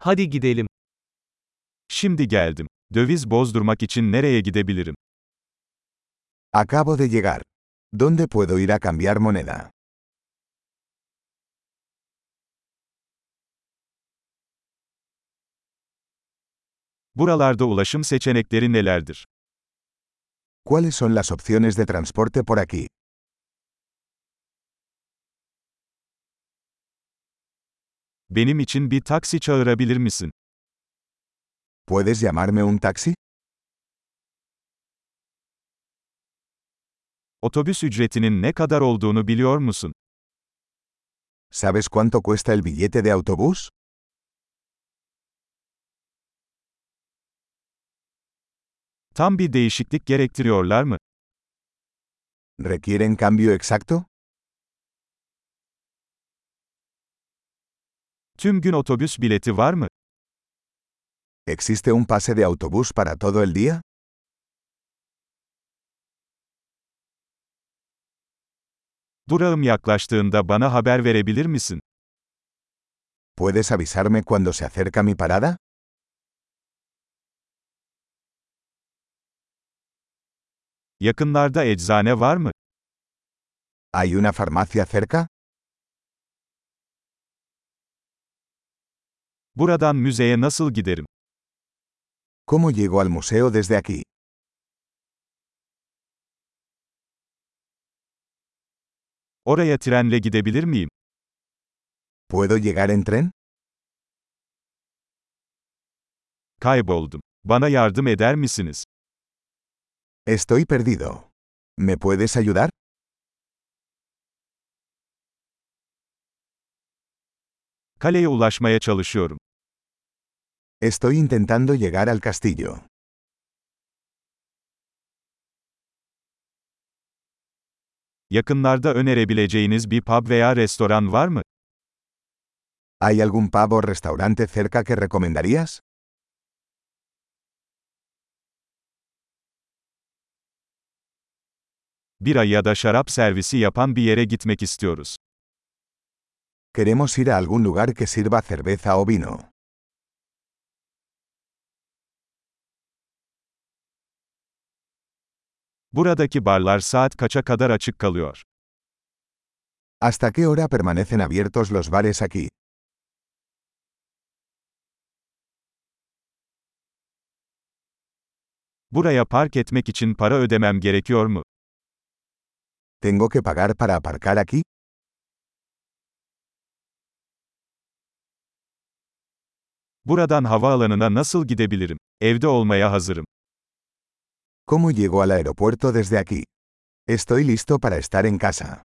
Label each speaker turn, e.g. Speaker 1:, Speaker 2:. Speaker 1: Hadi gidelim.
Speaker 2: Şimdi geldim. Döviz bozdurmak için nereye gidebilirim?
Speaker 3: Acabo de llegar. ¿Dónde puedo ir a cambiar moneda?
Speaker 2: Buralarda ulaşım seçenekleri nelerdir?
Speaker 3: ¿Cuáles son las opciones de transporte por aquí?
Speaker 2: Benim için bir taksi çağırabilir misin?
Speaker 3: ¿Puedes llamarme un taxi?
Speaker 2: Otobüs ücretinin ne kadar olduğunu biliyor musun?
Speaker 3: ¿Sabes cuánto cuesta el billete de autobús?
Speaker 2: Tam bir değişiklik gerektiriyorlar mı?
Speaker 3: ¿Requieren cambio exacto?
Speaker 2: Tüm gün otobüs bileti var mı?
Speaker 3: ¿Existe un pase de autobús para todo el día?
Speaker 2: Durağım yaklaştığında bana haber verebilir misin?
Speaker 3: ¿Puedes avisarme cuando se acerca mi parada?
Speaker 2: Yakınlarda eczane var mı?
Speaker 3: ¿Hay una farmacia cerca?
Speaker 2: Buradan müzeye nasıl giderim?
Speaker 3: ¿Cómo llego al museo desde aquí?
Speaker 2: Oraya trenle gidebilir miyim?
Speaker 3: ¿Puedo llegar en tren?
Speaker 2: Kayboldum. Bana yardım eder misiniz?
Speaker 3: Estoy perdido. ¿Me puedes ayudar?
Speaker 2: Kaleye ulaşmaya çalışıyorum.
Speaker 3: Estoy intentando llegar al castillo.
Speaker 2: Yakınlarda önerebileceğiniz bir pub veya restoran var mı?
Speaker 3: ¿Hay algún pub o restaurante cerca que recomendarías?
Speaker 2: Bira ya da şarap servisi yapan bir yere gitmek istiyoruz.
Speaker 3: Queremos ir a algún lugar que sirva cerveza o vino.
Speaker 2: Buradaki barlar saat kaça kadar açık kalıyor?
Speaker 3: ¿Hasta qué hora permanecen abiertos los bares aquí?
Speaker 2: Buraya park etmek için para ödemem gerekiyor mu?
Speaker 3: ¿Tengo que pagar para aparcar aquí?
Speaker 2: Buradan havaalanına nasıl gidebilirim? Evde olmaya hazırım.
Speaker 3: ¿Cómo llego al aeropuerto desde aquí? Estoy listo para estar en casa.